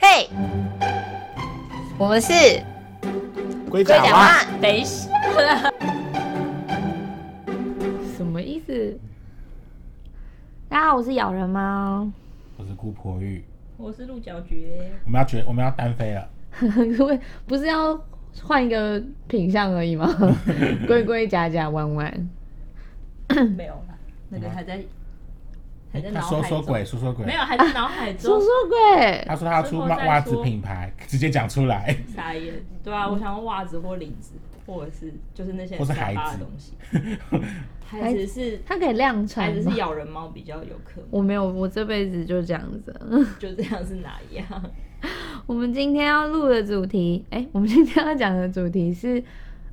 对，我们是龟龟啊甲甲蛙，蛙。等一下，什么意思？大家好，我是咬人猫。我是姑婆玉。我是鹿角蕨，我们要决，我们要单飞了。各位 不是要换一个品相而已吗？龟龟甲甲弯弯，没有啦，那个什么还在还在哎他脑说海说中，鬼，说说鬼没。有还在 脑海说中说鬼，他说他要出之后袜再袜子说品牌，直接讲出来。傻眼。对啊，我想要袜子或领子，或者是就是那些或是沙发孩子的东西。 孩子是它可以量孩产子吗是？咬人猫比较有可能， 我没有，我这辈子就这样子。就这样是哪样？我们今天要录的主题，哎、我们今天要讲的主题是，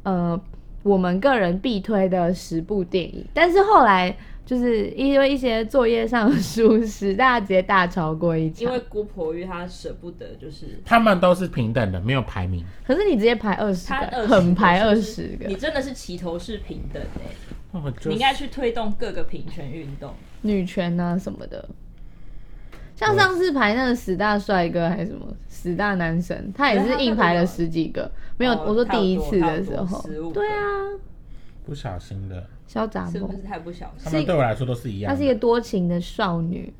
呃，我们个人必推的十部电影。但是后来就是因为一些作业上的疏失， 大家直接大超过一因场为。姑婆玉她舍不得，就是他们都是平等的，没有排名。可是你直接排二十她个， 20很排就二是十个你，真的是齐头式平等哎、那我就你应该去推动各个平权运动。女权啊什么的。像上次排那个十大帅哥还是什么十大男神，他也是硬排了十几个，没有。哦我说差不多第一次的时差不候多15，个对啊，不小心的，小杂是毛不，是太不小他心？们对我来说都是一样她的。是一个多情的少女。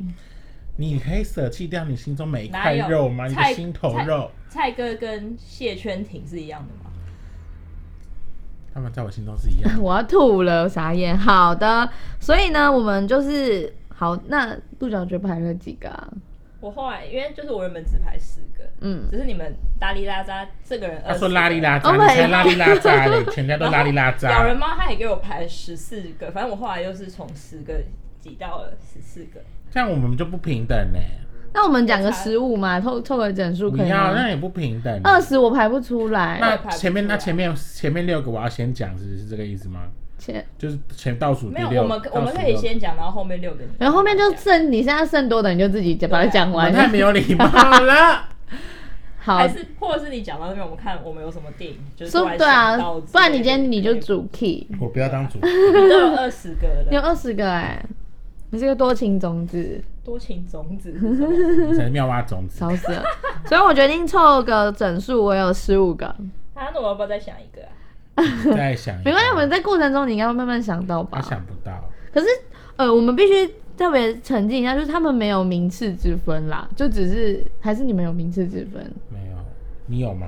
你可以舍弃掉你心中每一哪块有肉吗？你的菜心头肉，蔡哥跟谢圈廷是一样的吗？他们在我心中是一样 的。我要吐了，傻眼。好的，所以呢，我们就是好。那鹿角蕨排了几个啊？我后来因为就是我原本只排十个，嗯，只是你们拉里拉扎这个人20个，他说拉里拉扎， Oh 你 my 才拉里拉扎嘞，全家都拉里拉咬人扎。猫他也给我排十四个，反正我后来又是从十个挤到了十四个。这样我们就不平等嘞。那我们讲个十五嘛，凑凑个整数不可以要，啊吗那？也不平等。二十我排不出来，那排不出来前面那前面前面六个我要先讲，是是这个意思吗？切就是前倒数第没有，六，我们我们可以倒数六先讲，然后后面六个你。然后后面就剩你现在剩多的，你就自己把它讲我完。太没有礼貌了。好，还是或者是你讲到那边，我们看我们有什么电影，就是突啊说然对啊想到，之不然类你今天的你就可以主 key， 我不要当主，你都有二十个你有了，二十个哎、你是个多情种子，多情种子是什么，你才是妙蛙种子。烧死了。 所以我决定凑个整数，我有十五个，啊，那我要不要再想一个啊？再想一下，没关系，我们在过程中你应该会慢慢想到吧我。想不到，可是，呃，我们必须特别澄清一下，就是他们没有名次之分啦，就只是还是你们有名次之分没有，你有吗？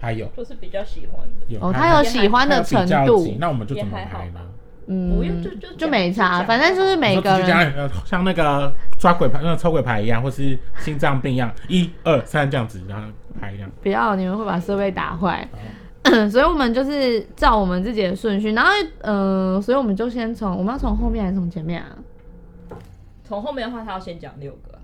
他有，就是比较喜欢的，有哦，他有也喜欢的他程啊有比较级度，那我们就怎么也还好排吧呢？嗯，不用就就就没差，讲反正就是每个你说就人像呃像那个抓鬼牌、那个抽鬼牌一样，或是心脏病一样，一二三这样子，然后排一样。不要，你们会把设备打坏。哦 所以我们就是照我们自己的顺序，然后嗯、呃所以我们就先从我们要从后面还是从前面啊？从后面的话，他要先讲六个啊，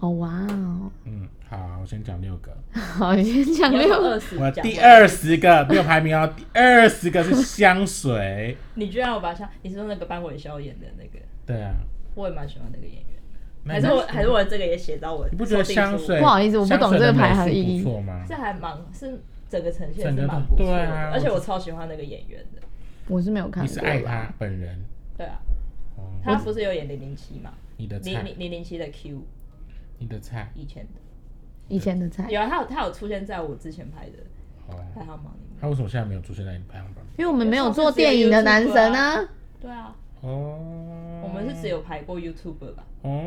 哦哇哦，嗯，好，我先讲六个。好，你先讲你六要从个二十我讲。第，二十个没有排名哦，第二十个是香水。你居然有把像你是说那个班文潇演的那个，对啊，我也蛮喜欢那个演员，那还你是我还是我这个也写到我的你设定书，不觉得香水？不好意思我不懂这个排行香水的美意义术不错吗这？还蛮是整个呈现整个是都蛮不错的，对啊而且我超喜欢那个演员的，我是没有看你过是啦，爱他本人，对啊，哦，他不是有演零零七嘛，你的零菜，零零零七的 Q 你的菜，以前的，以前的菜，有啊，他有他有出现在我之前拍的哦，排行榜里面，他为什么现在没有出现在你排行榜？因为我们没有做电影的男神啊，对啊，哦，我们是只有排过 YouTube 吧，哦，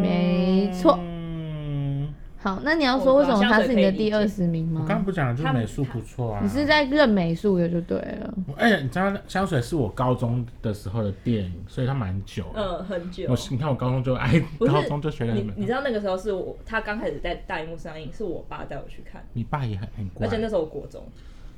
没错嗯，好，那你要说为什么他是你的第二十名我吗刚？刚不讲的就是美术不错啊。你是在认美术的就对了，我，而且你知道香水是我高中的时候的电影，所以它蛮久的。嗯，很久我，是你看我高中就爱，不是高中就学了你你知道，道那个时候是我他刚开始在大荧幕上映，是我爸带我去看，你爸也很很而乖且，那时候我国中，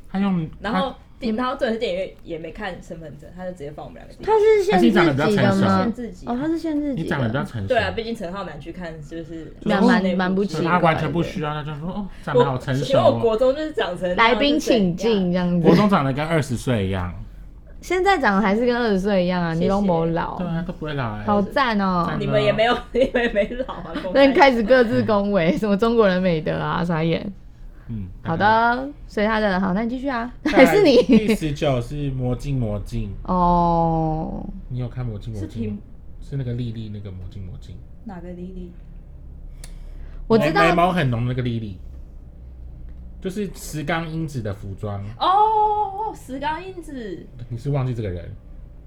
他用然后啊嗯电然后这电影院也没看身份证，他就直接放我们两个进去。他是限制他是级长得的比较吗？成熟限制级哦，他是限制他你级长得比较的，成熟，对啊，毕竟陈浩南去看就是蛮室内蛮蛮不部奇所剧以怪他完全不需要，他就说哦，长得好成熟因为我哦。国中就是长成来宾请这样进这样子国。中长得跟二十岁一样，现在长得还是跟二十岁一样啊，谢谢你都没 对老，啊，都不会老哎。好赞哦赞！啊你们也没有， 你们也没老 啊。公那开开始各自恭维，什么中国人美德啊，傻眼。嗯，好。的，随他的，好，那你继续啊，再来还 是第你？十九是魔镜魔镜，哦，你有看魔镜魔是镜吗听？是那个莉莉那个魔镜魔镜，哪个莉莉？我知道眉毛很浓的那个莉莉，就是石冈英子的服装。哦，石冈英子，你是忘记这个人？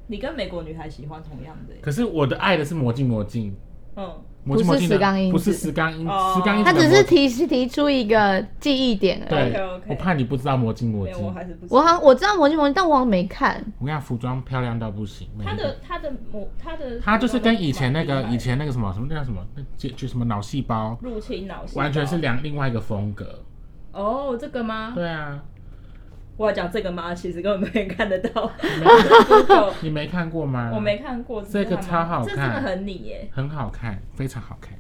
你跟美国女孩喜欢同样的耶，欸可是我的爱的是魔镜魔镜，嗯，魔镜魔镜不是石的冈英子不是石冈英哦石冈英子他的魔镜，只是提示提出一个记忆点而已。对 OK，OK 我怕你不知道魔镜魔没镜有，。我还是不知我好道。像我知道魔镜魔镜，但我好像没看。我跟你讲，服装漂亮到不行。每一他个的他的模他的它就是跟以前那个蛮厉害的以前那个什么什么那叫什么那就就什么脑细胞，入侵脑细胞完全是两另外一个风格。哦，这个吗？对啊，我要讲这个吗？其实根本没人看得到，Google，你没看过吗？我没看过这个是超好看这真的很你耶！很好看，非常好看。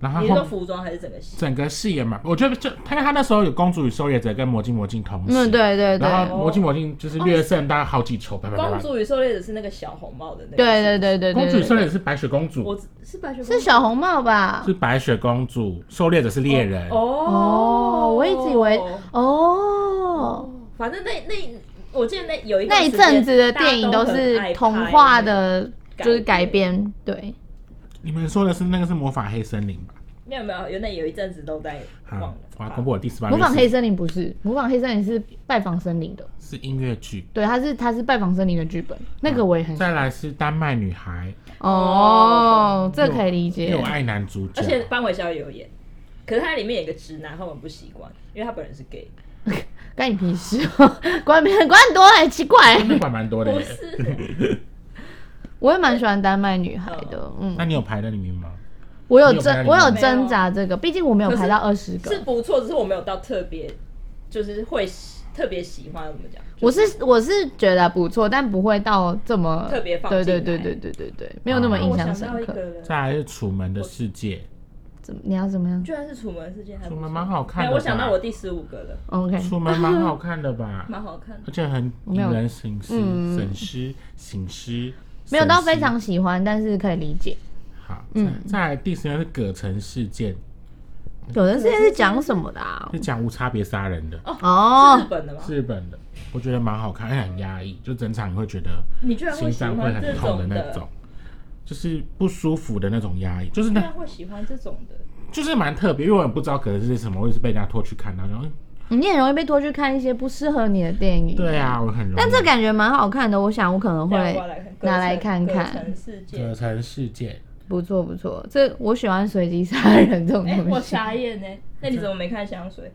然后你是说后服装还是整个戏？整个戏也蛮，我觉得就因为他那时候有《公主与狩猎者》跟《魔镜魔镜》同时，嗯，。对对对，然后《魔镜魔镜》就是略胜大概好几筹，拜拜拜哦公拜。主与狩猎者是那个小红帽的那个，对对对对对，公主与狩对猎者是白雪公主，我只是白雪公主是小红帽吧？是白雪公主，狩猎者是猎人。哦哦，我一直以为哦，反正那那我记得那有一段那一时间阵子的电影大家都是都很爱拍童话，的，就是改编。对，你们说的是那个是魔法黑森林吧？没有没有，有那有一阵子都在忘好了，我要公布我第十八。模仿黑森林不是，模仿黑森林是拜访森林的。是音乐剧，对，它是它是拜访森林的剧本，那个我也很喜欢再来是丹麦女孩，哦，这可以理因为解我。爱男主角，啊而且班伟霄也有演，可是他里面有一个直男，他们不习惯，因为他本人是 gay，关你屁事 哦，管别人管很多哎，奇怪。那款蛮多的不耶。是我也蛮喜欢丹麦女孩的，嗯，那你有排在里面吗？我有你有排挣到里我面有吗挣扎这个，毕竟我没有可是排到二十是个。不错，只是我没有到特别，就是会喜特别喜欢怎么讲，我是我是觉得不错，但不会到这么特别放对进对来对对对对对，没有那么哦印我象想深到一刻个。人，再来是《楚门的世界怎么你要怎么样居然是楚门世界，还》，不楚错门蛮好看的没有吧？我想到我第十五个了， ？OK，楚门蛮好看 的吧？蛮好看的。而且很我没有引人醒思、嗯省思、醒思。没有到省思非常喜欢，但是可以理解。好。嗯嗯，再来第十个是葛城事件，嗯有人现在是讲什么的啊？是讲无差别杀人的，嗯是日哦，本的吗？是日本的，我觉得蛮好看，而且很压抑，就整场你会觉得你居然心会喜脏会欢这很痛的种那的，种，就是不舒服的那种压抑，就是居那然会喜欢这种的。就是蛮特别，因为我也不知道可能是什么，我也是被人家拖去看的，然后嗯你也容易被拖去看一些不适合你的电影。对啊，我很容易。但这感觉蛮好看的，我想我可能等一 会下啊我要看拿来看看葛城世界葛。城事件，不错不错，这我喜欢随机杀人这种 哎、东我西。傻眼呢、那你怎么没看香水？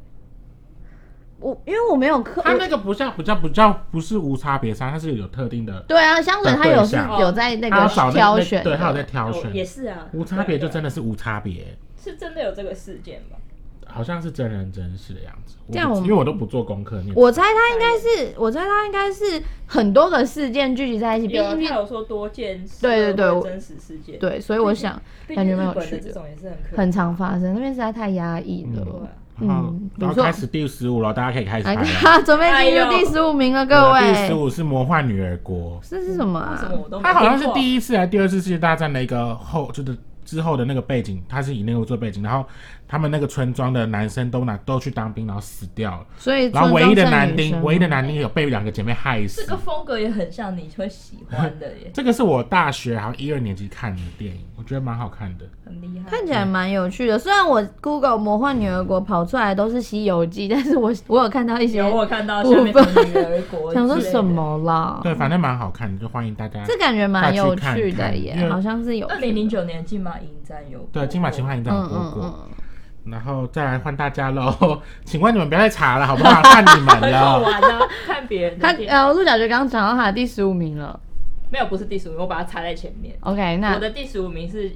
我因为我没有刻，它那个不像比较比较不是无差别杀，它是有特定的，对啊，香水它的对有是象有在那它个要找那挑那选的，对，它有在挑哦也选。是啊，无差别就真的的是无差别，是真的有这个事件吧？好像是真人真事的样子。我不这样我们因为我都不做功课，你也我猜它应该是，我猜它应该是很多个事件聚集在一起，毕有啊，竟他有说多件事对对对社会我真实事件，，对，所以我想感觉蛮有日本趣的这的，种也是很可很常发生，那边实在太压抑了。对啊然后嗯然不后错开始第十五了，大家可以开始来排 了。啊准备进哎入第十五名了，各第十位，五是魔幻女儿国，这是什么为什么啊？我都没它好像是听过第一次还是第二次世界大战的一个后，就是之后的那个背景，它是以那个做背景，然后他们那个村庄的男生都拿都去当兵，然后死掉了，所以然后唯一的男村丁，庄唯一的男丁有被两个姐妹害啊这死，个。风格也很像你会喜欢的耶这个是我大学好像一二年级看的电影，我觉得蛮好看的。很厉害。看起来蛮有趣的。虽然我 Google 魔幻女儿国跑出来都是《西游记》， 但是我我有看到一些有，我有看到下面部的分女儿 国，想说什？么啦，对，反正蛮好看的，就欢迎大家。这感觉蛮有大趣去的看耶，看因为好像是有趣的二零零九年金马影展有对，金马奇幻影展有嗯播嗯过，嗯， 然后再来换大家喽。请问你们不要再查了，好不好？看你们很 了。好玩啊，看别人他的电影呃，鹿角就刚刚讲到他的第十五名了。没有不是第十五名，我把它插在前面。 OK，我那的第十五名是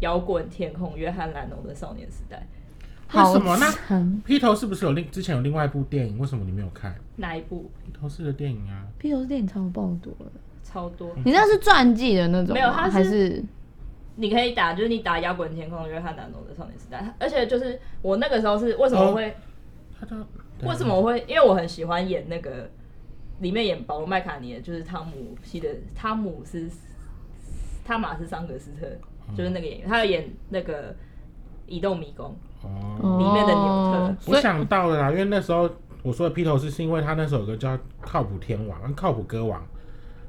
摇滚天空，约翰·兰农的《少年时代》，为好什么呢长披头士不是有另之前有另外一部电影，为什么你没有看哪一部披头士的电影啊？披头士电影超爆多了，超多？你那是传记的那种吗？没有它是还是你可以打，就是你打摇滚天空，约翰·兰农的《少年时代》，而且就是我那个时候是为什么会、他的为什么我会，因为我很喜欢演那个里面演保罗·麦卡尼的，就是汤姆希的汤姆斯汤马斯·桑格斯特，嗯就是那个演员，他有演那个《移动迷宫哦，哦里面的纽我所以想到了啦，因为那时候我说的披头士是因为他那时候有个叫靠谱天王、靠谱歌王，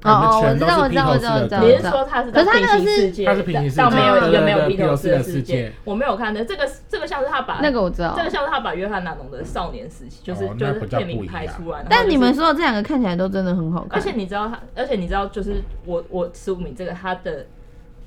们哦哦全都我是知披道头我士知道我知的道歌我你知是道说他是啊可他那个是到平行是世界，他是平行世到界没有对有对没有对披头披头士士的的世世界界？我没有看的这个这个像是他把那个我知道这。个像是他把约翰·纳农的少年时期，就是、哦就那是比较片不名一拍样出来。然后但你就是们说的这两个看起来都真的很好看，而且你知道他，而且你知道，就是我我十五名这个他的，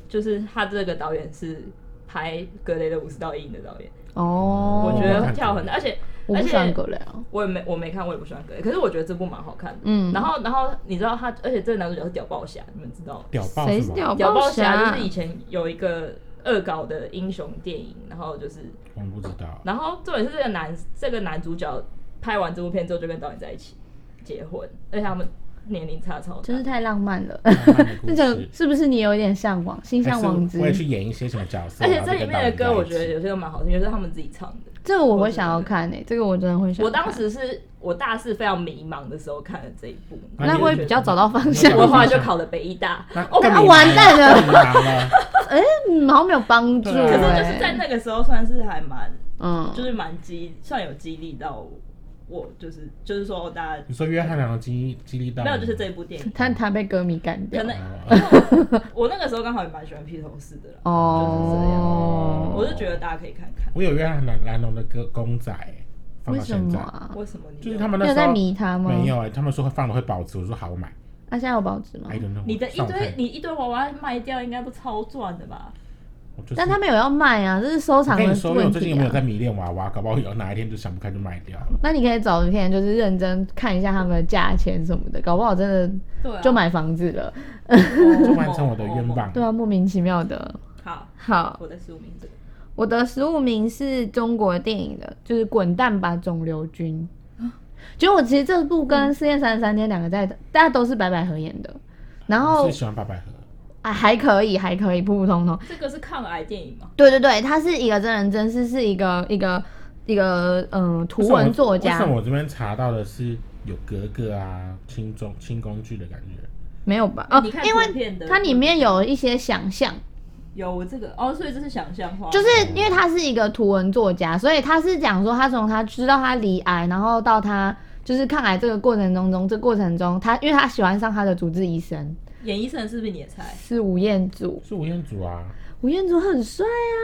就是他这个导演是拍格雷的五十道阴影的导演，哦，我觉我得看跳过很大，而且我而不喜欢且狗粮，我也没我没看，我也不喜欢格雷，可是我觉得这部蛮好看的。嗯然后然后你知道他，而且这个男主角是屌爆侠，你们知道吗？屌爆谁是是吗？屌屌爆爆侠侠就是以前有一个恶搞的英雄电影，然后就是我不知 道。然后重点是这个男这个男主角拍完这部片之后就跟导演在一起结婚，而且他们年龄差超大，真是太浪漫了。浪漫的故 那事种是不是你有一点向往，心还向是往之我？也去演一些什么角色，而且然后这就里跟面的导歌演我在一觉得起有些都蛮好听，就是他们自己唱的。这个我会想要看诶、这个我真的会想要看。我当时是我大四非常迷茫的时候看的这一部，那那你会觉比得较呢找到方向你。我 后来就考了北医大。那哦更啊迷完茫蛋了更迷茫了，嗯，好像没有帮助、对可啊欸。是就是在那个时候算是还蛮，嗯，就是蛮激，算有激励到我我，就是就是说大家你说约翰·两的激激励到没有，就是你这一部电 影，他他被歌迷干掉可。能哦我那个时候刚好也蛮喜欢披头士的啦，就是这样，哦，我就觉得大家可以看看，我有约翰·兰兰农的歌公仔，放为到什现么在，啊？为什么你就没有是他们嗯你那有时在候迷他吗？没。有哎，他们说会放了会保值，我说好我买那、现在有保值吗？ ，I don't know，哦你的一上网堆看你一堆娃娃卖掉，应该都超赚的吧？我就是但他们有要卖啊，这是收我藏的跟问你题、啊。说，因为我最近有没有在迷恋娃娃？搞不好有哪一天就想不开就卖掉了。那你可以找一片，就是认真看一下他们的价钱什么的，搞不好真的对啊，就买房子了。就完成我哦的愿。望。对啊，莫名其妙的。好，好，我的十五名这个，我的十五名是中国电影的，就是《滚蛋吧，肿瘤君》。就我其实这部跟《试验三十三天》两个在，大家都是白百合演的，然后最喜欢八百合，啊还可以，还可以，普普通通。这个是抗癌电影吗？对对对，他是一个真人真事，是一个一个一个嗯图文作为什家么，我这边查到的是有格格啊、轻中轻工具的感觉？没有吧？哦你看，因图片的为它里面有一些想象，有我这个哦，所以这是想象化，哦就是因为他是一个图文作家，所以他是讲说他从他知道他罹癌，然后到他就是抗癌这个过程中中，这过程中他因为他喜欢上他的主治医生演医生是不是你的菜？是吴彦祖，是吴彦祖啊，吴彦祖很帅啊。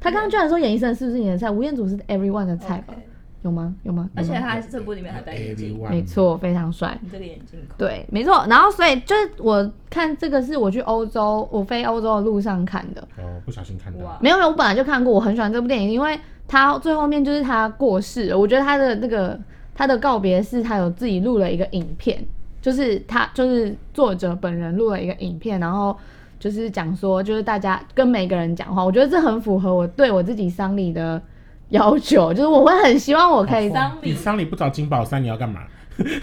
他刚刚居然说演医生是不是你的菜？吴彦祖是 everyone 的菜吧 OK 有吗？有吗？而且他还是这部里面还戴眼镜， Everyone 没，错，非常帅。你这个眼镜扣。对，没错。然后所以就是我看这个是我去欧洲，我飞欧洲的路上看的。哦，不小心看到哇。没有没有，我本来就看过，我很喜欢这部电影，因为他最后面就是他过世了，我觉得他的那个他的告别是他有自己录了一个影片，就是他就是作者本人录了一个影片，然后就是讲说就是大家跟每个人讲话，我觉得这很符合我对我自己丧礼的要求，就是我会很希望我可以丧礼你丧哦礼不找金宝山，你要干嘛？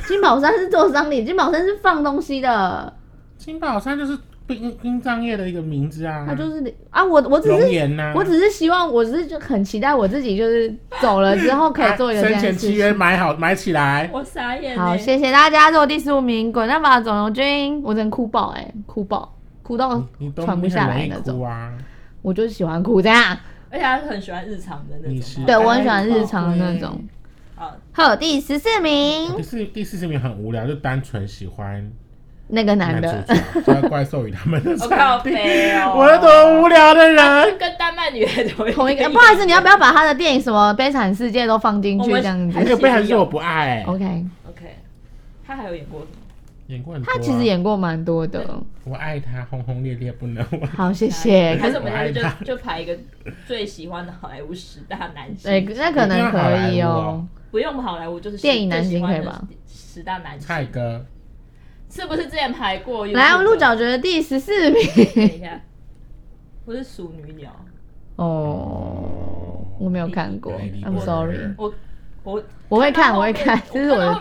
金宝山是做丧礼，金宝山是放东西的，金宝山就是殡殡葬业的一个名字啊，他就是啊，我我只龙是。岩呐。我只是希望，我只是就很期待我自己，就是走了之后可以做一个这啊生样的 前事契情。约买好买起来，我傻眼欸。好，谢谢大家，这是我第十五名，滚蛋吧，肿瘤君！我真的哭爆哎、哭爆，哭到你你都喘不下来你那很容易种。哭啊。我就喜欢哭这样，而且他很喜欢日常的那你种哦是啊。对我很喜欢日常的那哎种。好，好，第十四名，第四第四十名很无聊，就单纯喜欢那个男男的主，角，叫怪兽与他们的我 靠上帝。背哦，我是多无聊的 人。跟丹麦女孩同 一同一个。个，不好意思，你要不要把他的电影什么《悲惨世界》都放进去我们这样还子有被韩剧我不爱、 ？OK， ？OK，他还有演过什么？演过很多、啊他其实，演过蛮多的。我爱他，轰轰烈烈不能忘。好，谢谢。还是我们下次我爱他就就排一个最喜欢的好莱坞十大男对，星，哎那可能可一定以要好莱哦坞、不用好莱坞，就是电影男星最喜欢的可以吧十大男蔡星哥，是不是之前排过？来，鹿角觉得第十四等名。一下，我是属女鸟， 哦，我没有看过 Lady ，I'm Bird sorry。我我我会看，我我会看到看后面，这是我的我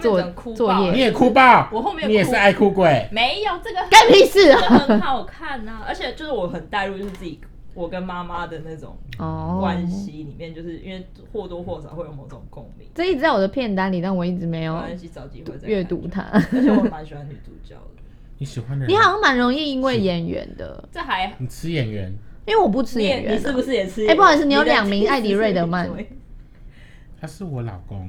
作看到后作面整哭爆你业。也哭爆，我后面哭你也是爱哭鬼。没有这个很，干屁事这个啊！很好看啊！而且就是我很带入，就是自己我跟妈妈的那种 哦，关系里面，就是因为或多或少会有某种共鸣。这一直在我的片单里，但我一直没没有关系，找机会再看哦阅读。它。而且我 蛮喜欢女主角的，你喜欢的人，你好像蛮容易因为演员的，这还你吃演员，因为我不吃你也演员你啊是。不是也吃？哎不好意思你有两名的艾迪瑞德曼你的他是我老公，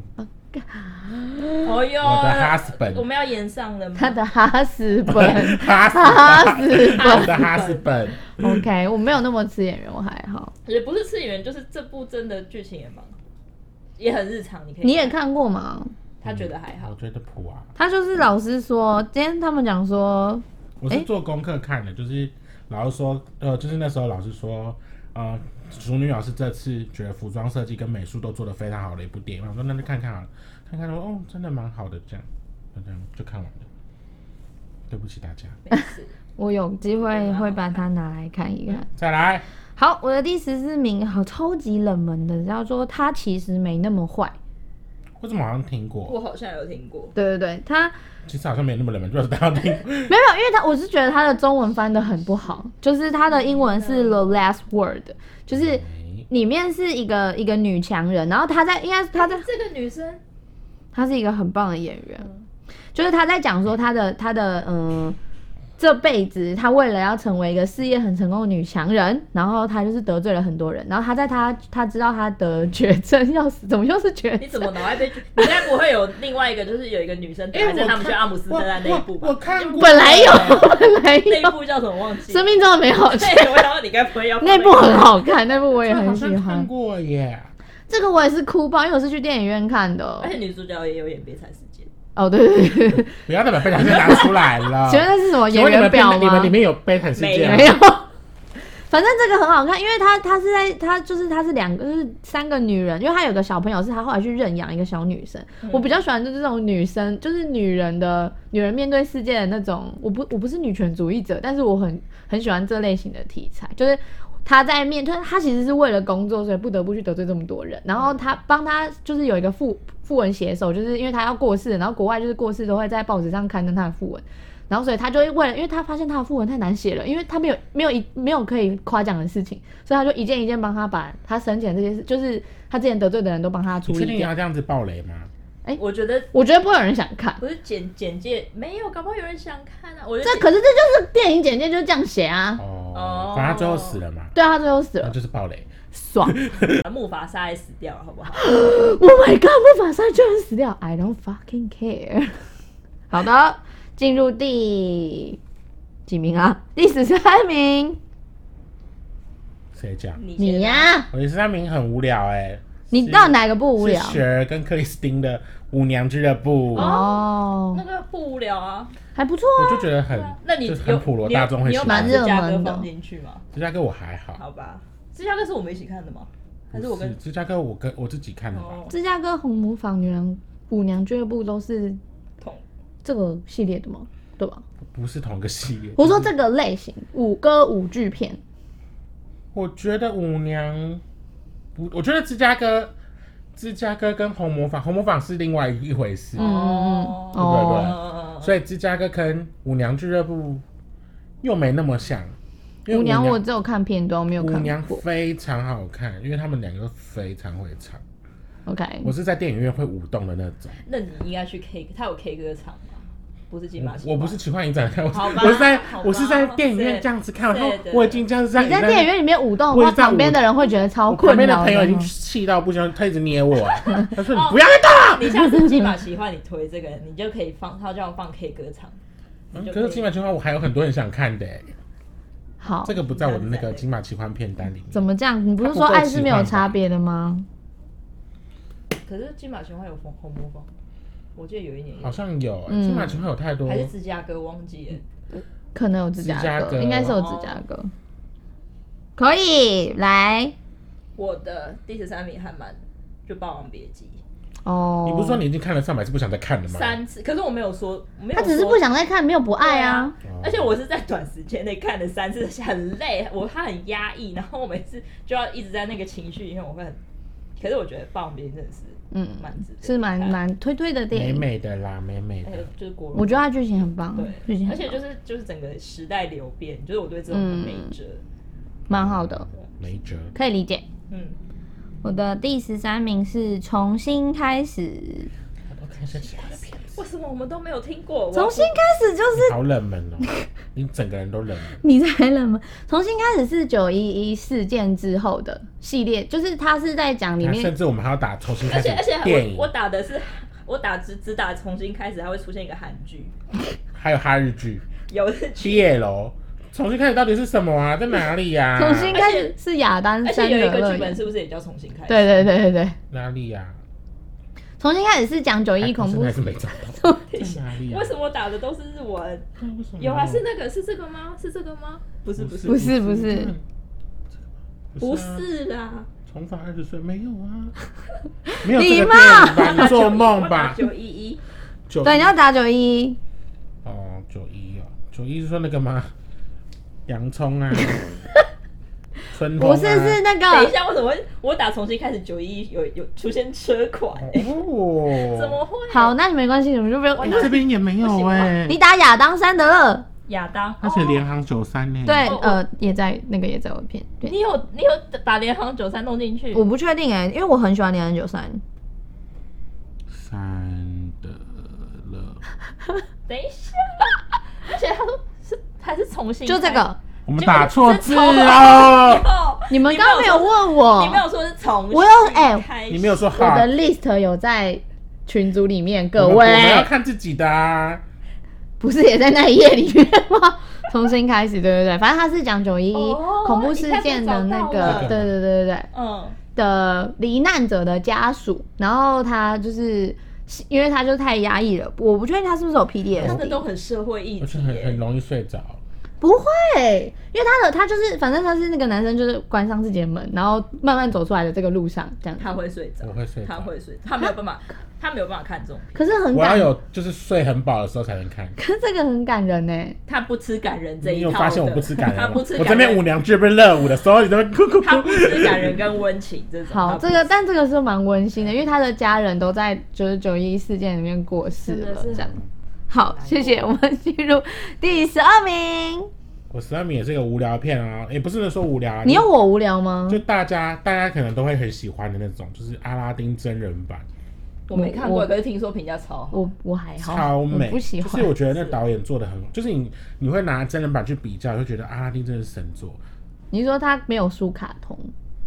哦哟，我的 husband 我们要演上了吗？他的哈斯 本 哈哈斯斯本，我的哈斯本， ，OK，我没有那么刺眼人，我还好。也不是次元，就是这部真的剧情也蛮，也很日常。你可以，你也，看过吗？ 他觉得还好我。觉得普啊，他就是老师说，今天他们讲说，我是做功课看的，就是老师说，呃，就是那时候老师说，呃，熟女老师这次觉得服装设计跟美术都做得非常好的一部电影，我说那就看看好了，看看说哦，真的蛮好的，这样，就这样就看完了。对不起大家，没 事，我有机会会把它拿来看一看。再来，好，我的第十四名，好超级冷门的，叫做他其实没那么坏。我怎么好像听过？我好像有 听过。对对对，他其实好像没那么冷门，就是大家听过。没有，因为他我是觉得他的中文翻的很不好，就是他的英文是 The Last Word，就是哎里面是一个一个女强人，然后她在应该是她在这个女生她是一个很棒的演员，就是她在讲说她的她的嗯、呃这辈子她为了要成为一个事业很成功的女强人，然后她就是得罪了很多人，然后她在她她知道她得绝症要死，怎么又是绝你症？怎么脑袋被？你该不会有另外一个，就是有一个女生哎打在我他们去看阿姆斯特丹那一部我我我吧？看 过，本来有，本来那一有，部叫什么忘记？生命中的美好剧，对，我想说你该不会要那部很好看，那部我也很好喜像看欢。过耶。这个我也是哭爆，因为我是去电影院看的哎而。且女主角也有演《悲惨世界》，哦，对对对，对不要再把悲惨世界拿出来了。 请问那是什么啊请演问你员们表你吗们里？面有悲惨世界吗没有。反正这个很好看，因为他他是在他就是他是两个就是三个女人，因为他有个小朋友是他后来去认养一个小女生。我比较喜欢就是这种女生，就是女人的女人面对世界的那种。我不我不是女权主义者，但是我很很喜欢这类型的题材，就是。她在面对，她其实是为了工作，所以不得不去得罪这么多人。然后她帮她就是有一个副副文写手，就是因为她要过世，然后国外就是过世都会在报纸上刊登她的副文，然后所以他就会为了，因为他发现他的副文太难写了，因为他没有没有一没有可以夸奖的事情，所以他就一件一件帮他把他生前这些事，就是他之前得罪的人都帮他处你确定理你掉。要这样子暴雷吗？我觉得我觉得不会有人想看，不是简简介没有，搞不好有人想看啊。我觉得这可是这就是电影简介就是这样写啊。哦哦，反正他最后死了嘛，对啊，他最后死那了，就是暴雷。爽木法沙也死掉了，好不好？ ！Oh my god，木法沙居然死掉，I don't fucking care。好的，进入第几名啊？第十三名，谁讲？哦你你先呀、我第三名很无聊哎、你是到哪个不无聊是？雪儿跟克里斯汀的《舞娘俱乐部》哦那，个不无聊啊。还不错啊。我就觉得很，那你就有是很普罗你有大众会你喜有把欢蛮。芝热加哥门的放进去 吗？芝加哥我还好，好吧，芝加哥是我们一起看的吗？还是我不跟？芝加哥我跟我自己看的吧。哦，芝加哥红模仿女郎舞娘俱乐部都是同这个系列的吗？对吧？不是同一个系列。我说这个类型舞歌舞剧片，我觉得舞娘不，我觉得芝加哥，芝加哥跟红模仿，红模仿是另外一回事。嗯嗯哦嗯，哦，嗯所以芝加哥跟舞娘俱乐部又没那么像。因为舞娘我只有看片段，我没有舞看娘过。非常好看，因为他们两个非常会唱。 OK，我是在电影院会舞动的那种，那你应该去 K，他有 K 歌场吗？不是金马，我我不是。奇幻影展看，我是好吧我是在好吧我是在电影院这样子看，是然后的我已经这样子在你在电影院里面舞动我的也话，在舞旁边的人会觉得超我旁困边的扰朋友的已经吗。气到不行，他一直捏我，啊他说你哦不要再动了。你下次金马奇幻你推这个，你就可以放，他就要放 K 歌场。嗯你就可是金马奇幻我还有很多人想看的，哦好这，个不在我的那个金马奇幻片单里面。怎么这样？你不是它不说够爱是奇没有幻吧差别的吗？可是金马奇幻有红红魔坊，我记得有一年好嗯有，像有嗯金马奇幻有太多还是芝加哥忘记了。可能有芝加芝加哥，哥啊应该是有芝加哥。可以来我的第十三名还蛮就《霸王别姬哦。你不是说你已经看了上百次不想再看了》吗？三次，可是我没有说，我没有他只是说不想再看，没有不爱啊。对哦而且我是在短时间内看了三次，很累，我他很压抑，然后我每次就要一直在那个情绪里面，我会很。可是我觉得《霸王别姬》真的是嗯，蛮值得，是蛮，蛮推推的电美影，美的啦，美美哎的。，就是国，我觉得它剧情很棒，剧对，情而很且棒就是就是整个时代流变，就是我对这种很没辙，蛮好的，没辙。可以理解。嗯，我的第十三名是重新开始，我都看一些奇怪的片子。为什么我们都没有听过？重新开始就是好冷门哦，你整个人都冷门。你才冷门。 重新开始是九一一事件之后的系列，就是它是在讲里那面甚至我们还要打重新而开始且而且电影我我，打的是我打只只打重新开始，它会出现一个韩剧，还有哈日剧有日《剧，七夜楼》，重新开始到底是什么啊？在哪里呀、重新开始是亚当而山且有一的个乐剧本园。是不是也叫重新开始？对对对对对，哪里呀、重新开始是讲九哎一我恐现怖在还是没找到，在哪里、啊？为什么我打的都是日文？么？为什么有啊，是那个是这个吗？是这个吗？不是不是不是不是不啊是啦，重返二十岁没有 啊？没有这个你电影嘛吧？你做梦 吧！九一一，九对，你要打九一，哦，九一哦，九一是说那个吗？洋葱 啊，春不风、啊、是是那等一个下，为什么会我打重新开始九一有有出现车款？哦，怎么会？好，那你没关系，你们就不我用打这边也没有哎、你打亚当山德勒，亚当，他写哦联航九三呢？对哦，我呃，也在那个也在我片，对，你有你有把联航九三弄进去？我不确定哎、因为我很喜欢零九三，三的了，等一下，而且他说是还是重新开，就这个，我们打错字哦。哦，你们刚刚没有问我，你没有说是重新哦我有哎开始你没有说我好的，list 有在群组里面，我各们我们要位看自己的、啊。不是也在那一页里面吗？重新开始，对对对，反正他是讲九一一哦恐怖事件的那你看个，就找到了对对对对对嗯，的罹难者的家属，然后他就是因为他就太压抑了，我不确定他是不是有他们 PDSD，都很社会议而且题很很耶，容易睡着，不会，因为他的他就是反正他是那个男生就是关上自己的门，然后慢慢走出来的这个路上这样子他会睡着我，会睡着。他会睡着，他没有办法，他没有办法看这种，可是很我要感，有就是睡很饱的时候才能看。可是这个很感人呢、欸他不吃感人这你一套有的。发现我不吃感人 他吗？不吃我感这边舞人，娘剧被热舞的时候，你在那边哭哭他不哭。吃感人跟温情这种。好，他不这个但这个是蛮温馨的，因为他的家人都在就是九一事件里面过世真的了，是哎这样。好，难谢谢，我们进入第十二名。 我十二米也是一个无聊片啊，也不是说无聊啊，你有我无聊吗就？大家大家可能都会很喜欢的那种，就是阿拉丁真人版，我没看过，我可是听说评价超好。我我还好，超美。我不喜就是欢我。觉得那导演做的很，就是你你会拿真人版去比较，你会觉得阿拉丁真的是神作。你说他没有输卡通，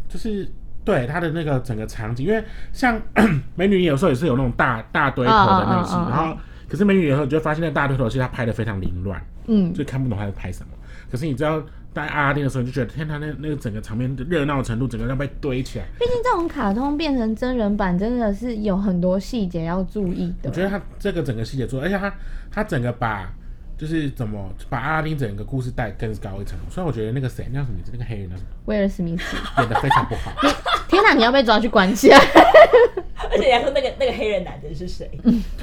就是对他的那个整个场景，因为像 美女有时候也是有那种大大堆头嗯的嗯那种戏嗯嗯然后可是美女有时候你就会发现那大堆头戏他拍的非常凌乱，嗯，就看不懂他在拍什么。可是你知道在阿拉丁的时候，你就觉得天，他那那个整个场面的热闹程度，整个要被堆起来。毕竟这种卡通变成真人版，真的是有很多细节要注意我的。觉得他这个整个细节做，而且他他整个把就是怎么把阿拉丁整个故事带更高一层。所以我觉得那个谁，那叫什么名字？那个黑人叫什么？威尔史密斯，演的非常不 好。天哪，你要被抓去关起来！而且你还说那个那个黑人男的是谁？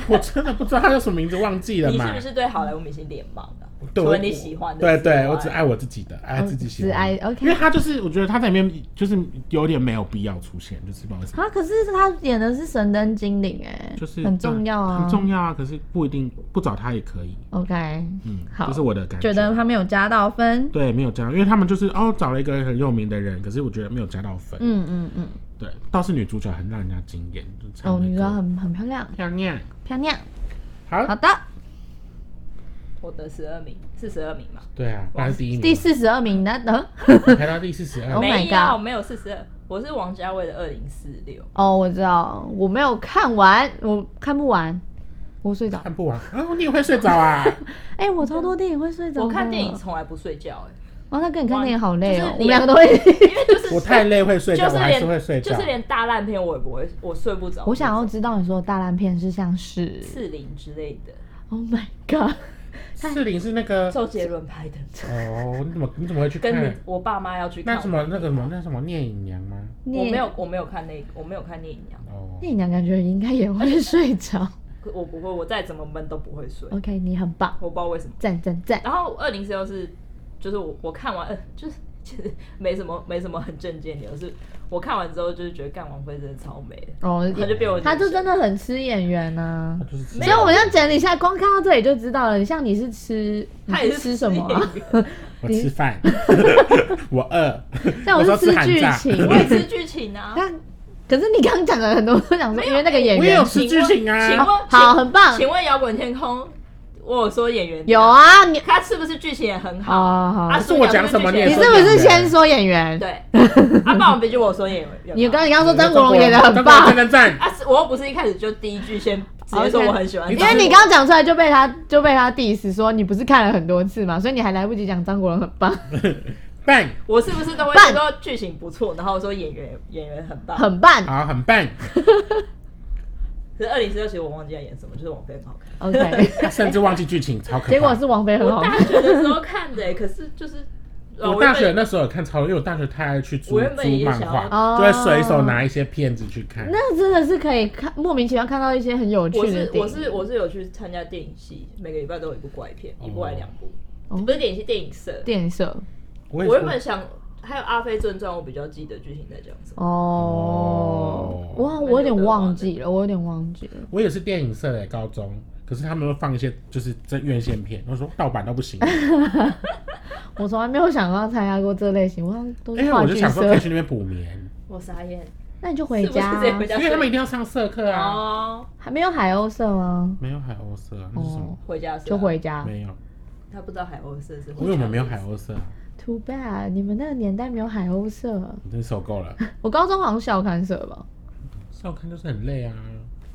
我真的不知道他叫什么名字，忘记了你嘛。是不是对好莱坞明星脸盲啊？对，除我了你喜欢的对之对，外我只爱我自己的，爱自己喜欢哦的。只爱，OK 因为他就是，我觉得他在里面就是有点没有必要出现，就是不知道为什么，啊，可是他演的是神灯精灵，哎，就是很重要啊，很重要啊。可是不一定不找他也可以， OK，嗯，好这是我的感觉得他没有加到分。对没有加，因为他们就是哦找了一个很有名的人，可是我觉得没有加到分。嗯嗯嗯，对，倒是女主角很让人家惊艳，就唱哦，那女主个角很很漂亮，漂亮。漂亮。好，好的，我得十二名，是十二名嘛？对啊，那是第一名，第四十二名，那等排到第四十哦二 Oh，my 没有， god 没有四十二，我是王家卫的二零四六。哦，我知道，我没有看完，我看不完，我睡着。看不完哦，你也会睡着啊？哎、我超多电影会睡着。我看电影，从来不睡觉、 哇，那跟你看电影好累哦就是，我们两个都会。哎，因为就是我太累会睡就觉，我是还是会睡连觉。就是连大烂片我也不会，我睡不着。我想要知道你说的大烂片是像是四零之类的， ，Oh my god，四零是那个周杰伦拍的，哦，你怎么你怎么会去看？跟你我爸妈要去嗯看。那什么那个什么那什么聂隐娘吗？我没有我没有看那我没有看电影啊，哦，那娘感觉应该也会睡着。可我不会，我再怎么闷都不会睡， OK，你很棒，我不知道为什么。赞赞赞。然后二零四六是，就是我我看完，呃、就是其实没什么没什么很震惊的，是我看完之后就是觉得干王菲真的超美的，哦，她就变我他就真的很吃眼缘呐、那就是所以我们要整理一下，光看到这里就知道了。像你是吃，你她也是是吃什么、 啊？我吃饭，我饿，像我我说是吃吃寒剧炸情我。也是剧情啊，但可是你刚刚讲的很多，我想说，因为那个演我也员有吃剧情啊请问，好，请很棒，请问摇滚天空，我有说演员有，啊，你他是不是剧情也很好？哦好啊，可是我讲什么你也你说是不演是员先说演员？ 对，啊，不然别就我说演员。你刚你刚说他张国荣演的很棒赞，赞赞！啊，是我又不是一开始就第一句先直接说 OK 我很喜欢你张因国荣，为你刚刚讲出来就被他就被他 diss 说你不是看了很多次嘛，所以你还来不及讲张国荣很棒，棒，我是不是都会棒说剧情不错，然后说演员演员很棒？很棒。好，很棒。可是二零四六其实我忘记在演什么，就是王菲很好看。 OK， 甚至忘记剧情，超可怕。结果是王菲很好我大看，学的时候看的、可是就是 呃我大原学本那时候有看超，因为我大学太爱去租我原本租也漫想要画，就会随手拿一些片子去看。哦那真的是可以看莫名其妙看到一些很有呃我趣的是电我影。是我是有去参加电影系，每个礼拜都有一部怪片，哦一部还两部，哦不是电影系电影社。电影社我也我原本是，想还有《阿飞正传》，我比较记得剧情在讲什哦么。哦，我我有点忘记了，我有点忘记了。我也是电影社的欸高中，可是他们会放一些就是真院线片，我说盗版都不行。我从来没有想到参加过这类型， 我好像都因是为话哎我就剧想说可社以。去那边补眠，我傻眼，那你就回是不是家啊直接回家因为他们一定要上社课啊。哦，还没有海鸥社吗？哦没有海鸥社，那嗯是什么？回家是吧就回家。没有，他不知道海鸥是是回家。因为我们没有海鸥社， Too bad，你们那个年代没有海鸥社。我真受 够了。我高中好像校刊社吧，校刊就是很 累啊。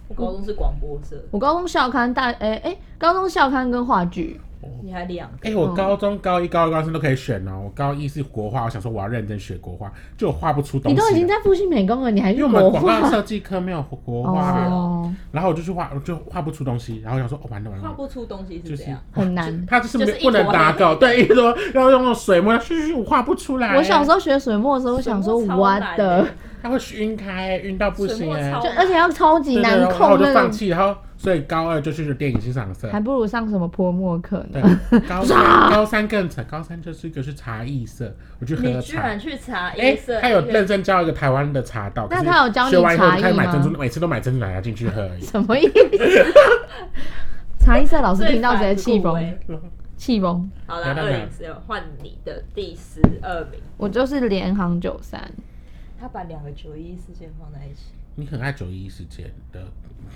我高中是广播社，我高中校刊大哎哎、高中校刊跟话剧，你还两个哎、我哦高中高一、高二、高三都可以选哦。我高一是国画，我想说我要认真学国画，就我画不出东你西来。都已经在复兴美工了，你还因为去我们国广告画？设计科没有国画啊，哦，然后我就去画，我就画不出东西，然后想说，哦，完了完画了，不出东西是就是这样。很难。他就是没就是一不能坨打黑稿，对，一说要用那种水墨，嘘嘘，我画不出来。我小时候学水墨的时候，我想说水墨超我难的的，他会晕开，晕到不行哎、水墨超就而且要超级对对难对然后我控就那放种，弃，然后所以高二就去了电影欣赏社还。不如上什么泼墨课呢对。，高三高三更惨，高三就是一个是茶艺社，我去喝你了居茶。然去查哎、一色，他有认真教一个台湾的茶道，那可是他有教你学完以后茶艺开始买吗珍珠，每次都买珍珠奶茶进去喝而已。什么意思？ 茶艺社老师听到直接气最欸疯烦，气疯。好聊啦，到二哪零四六换你的第十二名。我就是联行九三，他把两个九一事件放在一起，你很爱九一事件的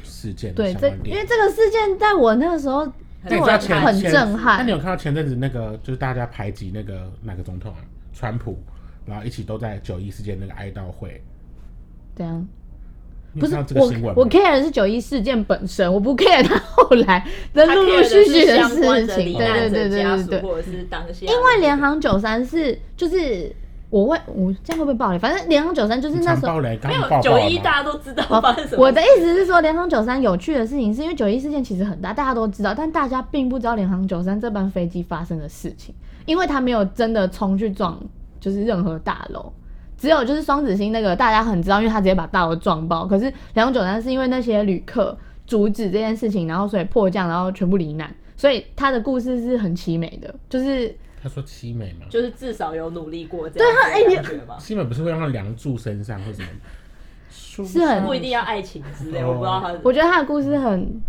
事件的对，相这关因点为这个事件在我那个时候，那对你我知道来前讲很前震撼那你。有看到前阵子那个就是大家排挤那个哪个总统啊？川普，然后一起都在九一事件那个哀悼会。怎样？你不有是看到这个我新闻吗，我 care 的是九一事件本身，我不 care 他后来的陆陆续续的事情。罹难对对对对对对，或者是当下，因为联嗯航九三是就是我会我这样会不会爆雷？反正联航九三就是你那常时候爆雷，刚没刚爆爆有九了一吗大家都知道哦 发生什么。我的意思是说，联航九三有趣的事情，是因为九一事件其实很大，大家都知道，但大家并不知道联航九三这班飞机发生的事情，因为它没有真的冲去撞，就是任何大楼。只有就是双子星那个大家很知道，因为他直接把大楼撞爆。可是联航九三是因为那些旅客阻止这件事情，然后所以迫降，然后全部罹难。所以他的故事是很凄美的，就是他说七美嘛，就是至少有努力过这样子的感哎觉嘛，七美不是会用到梁祝身上或什么？是是很不一定要爱情之哦类，我不知道他我觉得他的故事很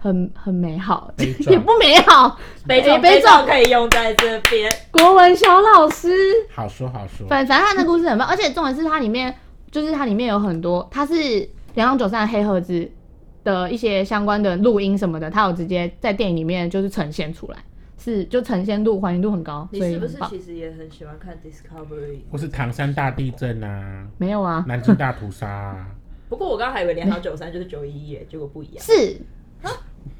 很很美好，悲壮也不美好。悲壮哎悲悲壮壮可以用在这边，国文小老师。好说好说。反反正他的故事很棒，而且重点是它里面就是它里面有很多，它是两九三的黑盒子的一些相关的录音什么的，它有直接在电影里面就是呈现出来，是就呈现度还原度很高，你所以是不很是棒。其实也很喜欢看 Discovery？或是唐山大地震啊，没有啊，南京大屠杀啊，不过我刚刚还以为联航九三就是九一耶，结果不一 样。是，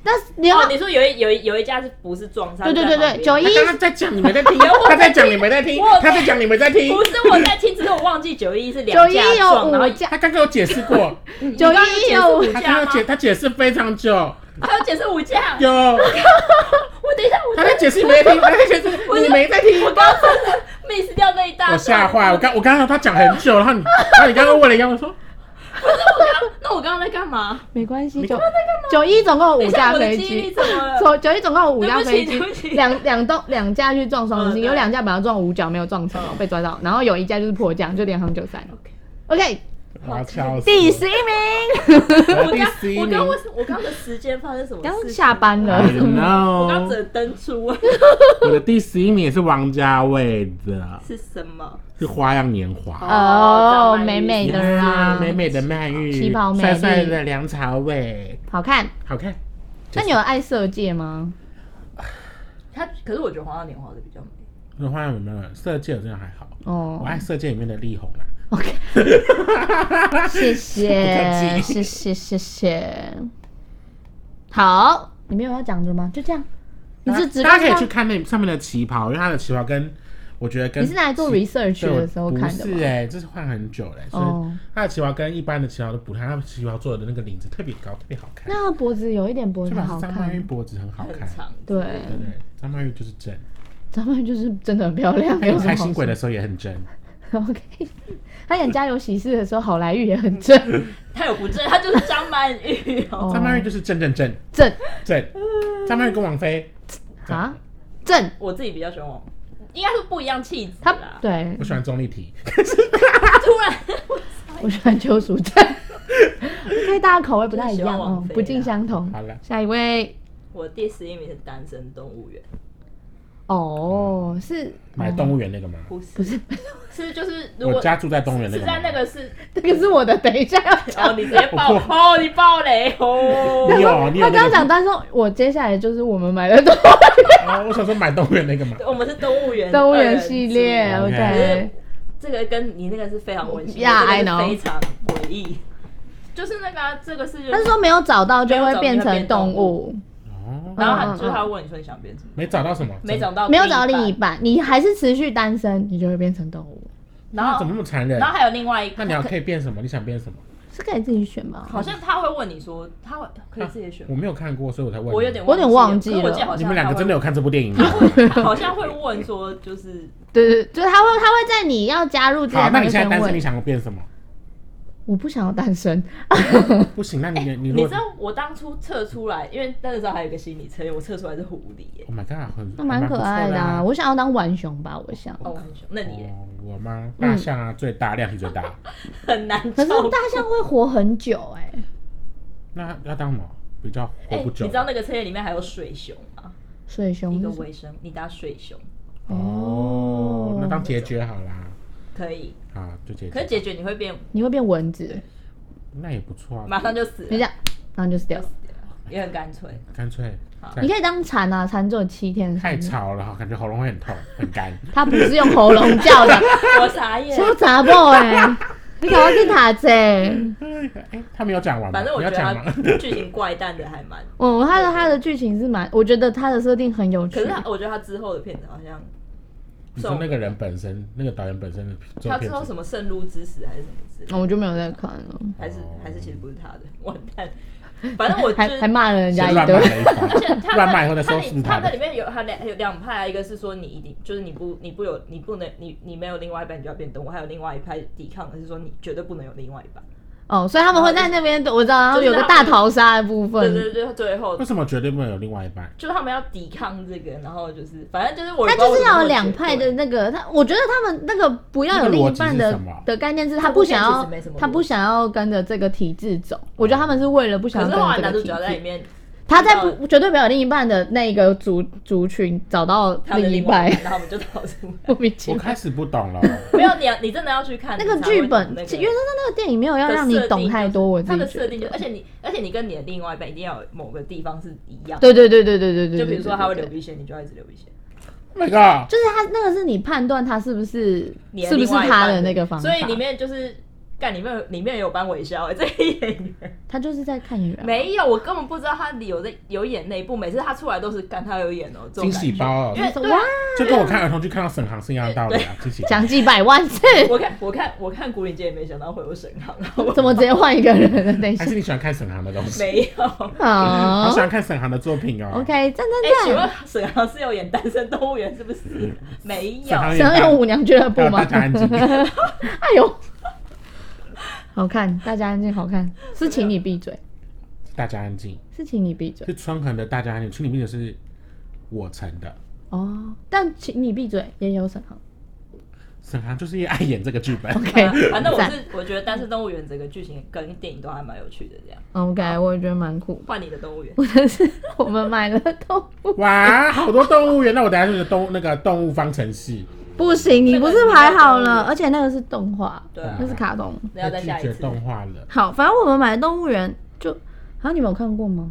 但是你啊哦，要你说有一有一有一家是不是撞上？对对是对在对，旁边九一他刚刚在讲你没 在听，有我他在讲你没在听我，有他在讲你没在听不，是我在听，只是我忘记九一是两九架一有撞，然后五架，他刚刚有解释过，九你刚刚一解释有五他刚架刚解吗？他解释非常久，还有解释五架，有我等一下，我他在解释你没在听，他在解释你没在听。我刚刚真的 miss 掉那一大段，我吓坏，我刚我刚刚他讲很久，然后你，然后你刚刚问了一样，我说那我刚刚在干嘛？没关系，九九一总共有等五一下架我的飞记忆力机。怎么了？九九一总共有五架飞机对不起对不，起两两栋两架去撞双子星，嗯对哦有两架把它撞五角没有撞成，被抓到，然后有一架就是迫降，就联航九三。 OK OK，我要笑死！第十一名，我我第刚十一我名刚，为什我刚的时间发生什 么事情？刚下班了 I 为什么 know 我刚只能登出我的第十一名也是王家卫的，是什么？是《花样年华》哦张曼玉美美的呀啦美美的曼玉，旗袍美丽帅帅的梁朝伟，好看。好看。那你有爱色戒吗？他可是我觉得《花样年华》的比较美。那花样有没有？色戒我真的还好，我哦爱色戒里面的力宏啦。啊 ，OK，谢谢，不客气谢谢，谢谢。好，你没有要讲的吗？就这样，你是只大家可以看去看那上面的旗袍，因为它的旗袍跟我觉得跟你是拿来做其 research 对我的时候看的不吗是哎、这是换很久嘞、所哦以它的旗袍跟一般的旗袍都不太，它的旗袍做的那个领子特别高，特别好看。那脖子有一点脖就子表好示张曼玉看，脖子很好很看，长，对，对，张曼玉就是真。咱们就是真的很漂亮，她没有演什么 开好心说鬼的时候也很真， OK，他演《家有喜事》的时候，郝来玉也很正他有不正，他就是张曼玉哦。 哦张曼玉就是正正正正正，张曼玉跟王菲，啊正，我自己比较喜欢王，应该是不一样气质他啦。对我喜欢钟丽缇，突然，我喜欢邱淑贞。OK，大家口味不太一样我喜欢哦王，菲啊不尽相同。好了下一位我第十一名是《单身动物园》，哦，是买动物园那个吗？不是不是， 是就是哦如我果家住在动物园那是个吗，在那个是这个是我的，等一下要 哦，讲。你直接爆我哦，你爆雷你哦。有啊你有他那刚个讲，但是我接下来就是我们买的动啊，我想说买动物园那个嘛，我们是动物园 动物二园人系组列。 OK 可 OK，是这个跟你那个是非常温馨的 Yeah, 这 I 个 know 是非常诡异。就是那个啊、这个是就是，他是说没有找到就没有会找变就会成变动动物，哦，然后他嗯嗯就是他问你说你想变什么，没找到什么，没找到，没有找到另一，半，你还是持续单身，你就会变成动物。真的，然那后怎么那么残忍然？后还有另外一那个，你要可以变什么？你想变什么？是可以自己选吧？好像他会问你说他会可以自己选我吗，没有看过，所以我才问。我有点我有点忘记了，可是我记了得好像你们两个真的有看这部电影吗？有，好像会问说就是对对，就是他会他会在你要加入之好，前，那他你就现在先单身，你问。想要变什么？我不想要单 身，不行，那 你你如你果知道我当初测出来，因为那个时候还有一个心理测验，我测出来是狐狸耶。 ，Oh my god，很那蛮可爱的啊。。我想要当浣熊吧，我想。哦，很凶那蛮不你错耶啦哦我吗？大象啊，最大量体最大。很难可是照顾大象会活很久哎、那要当什么？比较活哎，不你久。知道那个测验里面还有水熊吗？水熊一是个什么哎微生，你答水熊哦，那当解决好啦，可以，好就解可是决，解决你会变，你会变蚊子，那也不错啊，马上就死你这了，样，然后就死掉了。也很干脆。干脆好再你可以当蝉啊，蝉只有七天的太寿命。吵了，感觉喉咙会很痛，很干。它不是用喉咙叫 的，我 傻眼，说杂报哎， 你搞去塔子哎。哎，他没有讲完吗，反正我你要觉得讲吗？他剧情怪诞的还蛮，哦，它的它的剧情是蛮，我觉得它的设定很有可趣是。他我觉得他之后的片子好像，你说那个人本身，那个导演本身的作他片之后子，什么圣路之死还是什么之类的，哦我就没有再看了，还是还是其实不是他的， 完蛋。反反正我还就是还骂了人家先一乱卖顿。了一而且他通， 乱卖以后再他收里拾他他那的里。面有他两有两派啊，一个是说你一定就是你不你不有你不能你你没有另外一半你就要变动物，还有另外一派抵抗的是说你绝对不能有另外一半。哦，所以他们会在那边，我知道，然后有个大逃杀的部对分。对对，最后为什么绝对不能有另外一半？就是他们要抵抗这个，然后就是反正就是我他就是要有两派我也的不那个，他我觉得他们那个不要有另一半那个逻辑是的什么啊的概念是这他部不想片其要实没什么逻，辑他不想要跟着这个体制走。我觉得他们是为了不觉得想要啊对可是后来跟着男这主个体角在里制。面他在不绝对没有另一半的那个族族群找到他的另一另外半一，半，然后我们就逃出来。 莫名其我妙。开始不懂了，没有你要你真的要去看那个你才会剧本，那个其因为那那个电影没有要让你懂太多，我自它己的觉设定就，得。而且你而且你跟你的另外一半一定要有某个地方是一样的，对对对对对对对，就比如说他会对流对对鼻血，你就要一直流鼻血。 Oh my god！就是他那个是你判断他是不是你的是不是另外一他半的那个方法，所以里面就是干里面有里面有班伟肖、欸、 这个演员他就是在看演员啊，没有，我根本不知道他有在有演那一部，每次他出来都是干他有演哦、这种惊感喜觉。包因哦，为说对啊哇，就跟我看儿童剧看到沈航是一样的道理啊，惊喜包。讲几百万 次，我看我看我看古灵街也没想到会有沈航，好吧 怎么直接换一个人了？等一下 还是，你喜欢看沈航的东西？ 没有。好好喜欢看沈航的作品哦。 ，OK，赞哎、赞请赞。问沈航是有演《单身动物园》是 不是？没有沈，航想要演舞娘俱乐还部有吗大？家安 静。哎呦，好看，大家安静，好看，是请你闭嘴，大家安静，是请你闭嘴是春恒的大家安静，群里面的是我成的， 哦。但请你闭嘴也有沈航，沈航就是因为爱演这个剧 本。 OK，反正啊我嗯赞是我觉得《单身动物园》整个剧情跟电影都还蛮有趣的，这样。 OK，我也觉得蛮酷。换你的动物园，我的是我们买了动 物，哇，好多动物园，那我等下就是动那个动物方程式，不行，你不是排好了，这个而且那个是动画，对啊那是卡通。那要再拒下一绝次。动画了。好，反正我们买的动物园就，好、像你们有看过吗？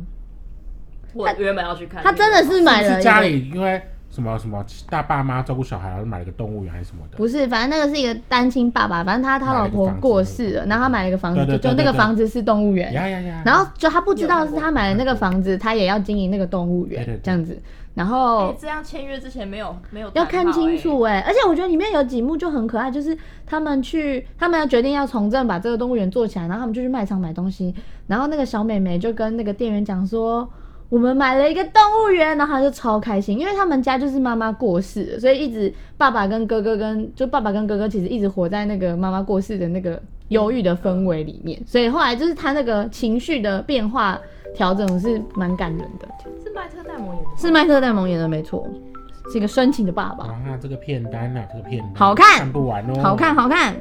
我原本要去看那他个，真的是买了一是不是个家里因为什么什么大爸妈照顾小孩，然后买了个动物园还是什么的？不是，反正那个是一个单亲爸爸，反正他他老婆过世了，然后他买了一个房子，对就对就对那对个房子是动物园，呀呀呀！然后就他不知道是他买了那个房子，他也要经营那个动物对对园对这样子，然哎后这样签约之前没有没有要谈看好清哎楚哎、而且我觉得里面有几幕就很可爱，就是他们去，他们要决定要从政把这个动物园做起来，然后他们就去卖场买东西，然后那个小美眉就跟那个店员讲说。我们买了一个动物园，然后她就超开心，因为他们家就是妈妈过世了，所以一直爸爸跟哥哥跟就爸爸跟哥哥其实一直活在那个妈妈过世的那个忧郁的氛围里面，所以后来就是他那个情绪的变化调整是蛮感人的，是麦特戴蒙演的吗，是麦特戴蒙演的没错，是一个深情的爸爸。哇，这个片单啊，这个片单好看看不完哦，好看，好看。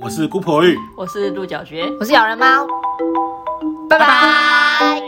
我是姑婆玉。我是鹿角蕨。我是咬人猫，拜拜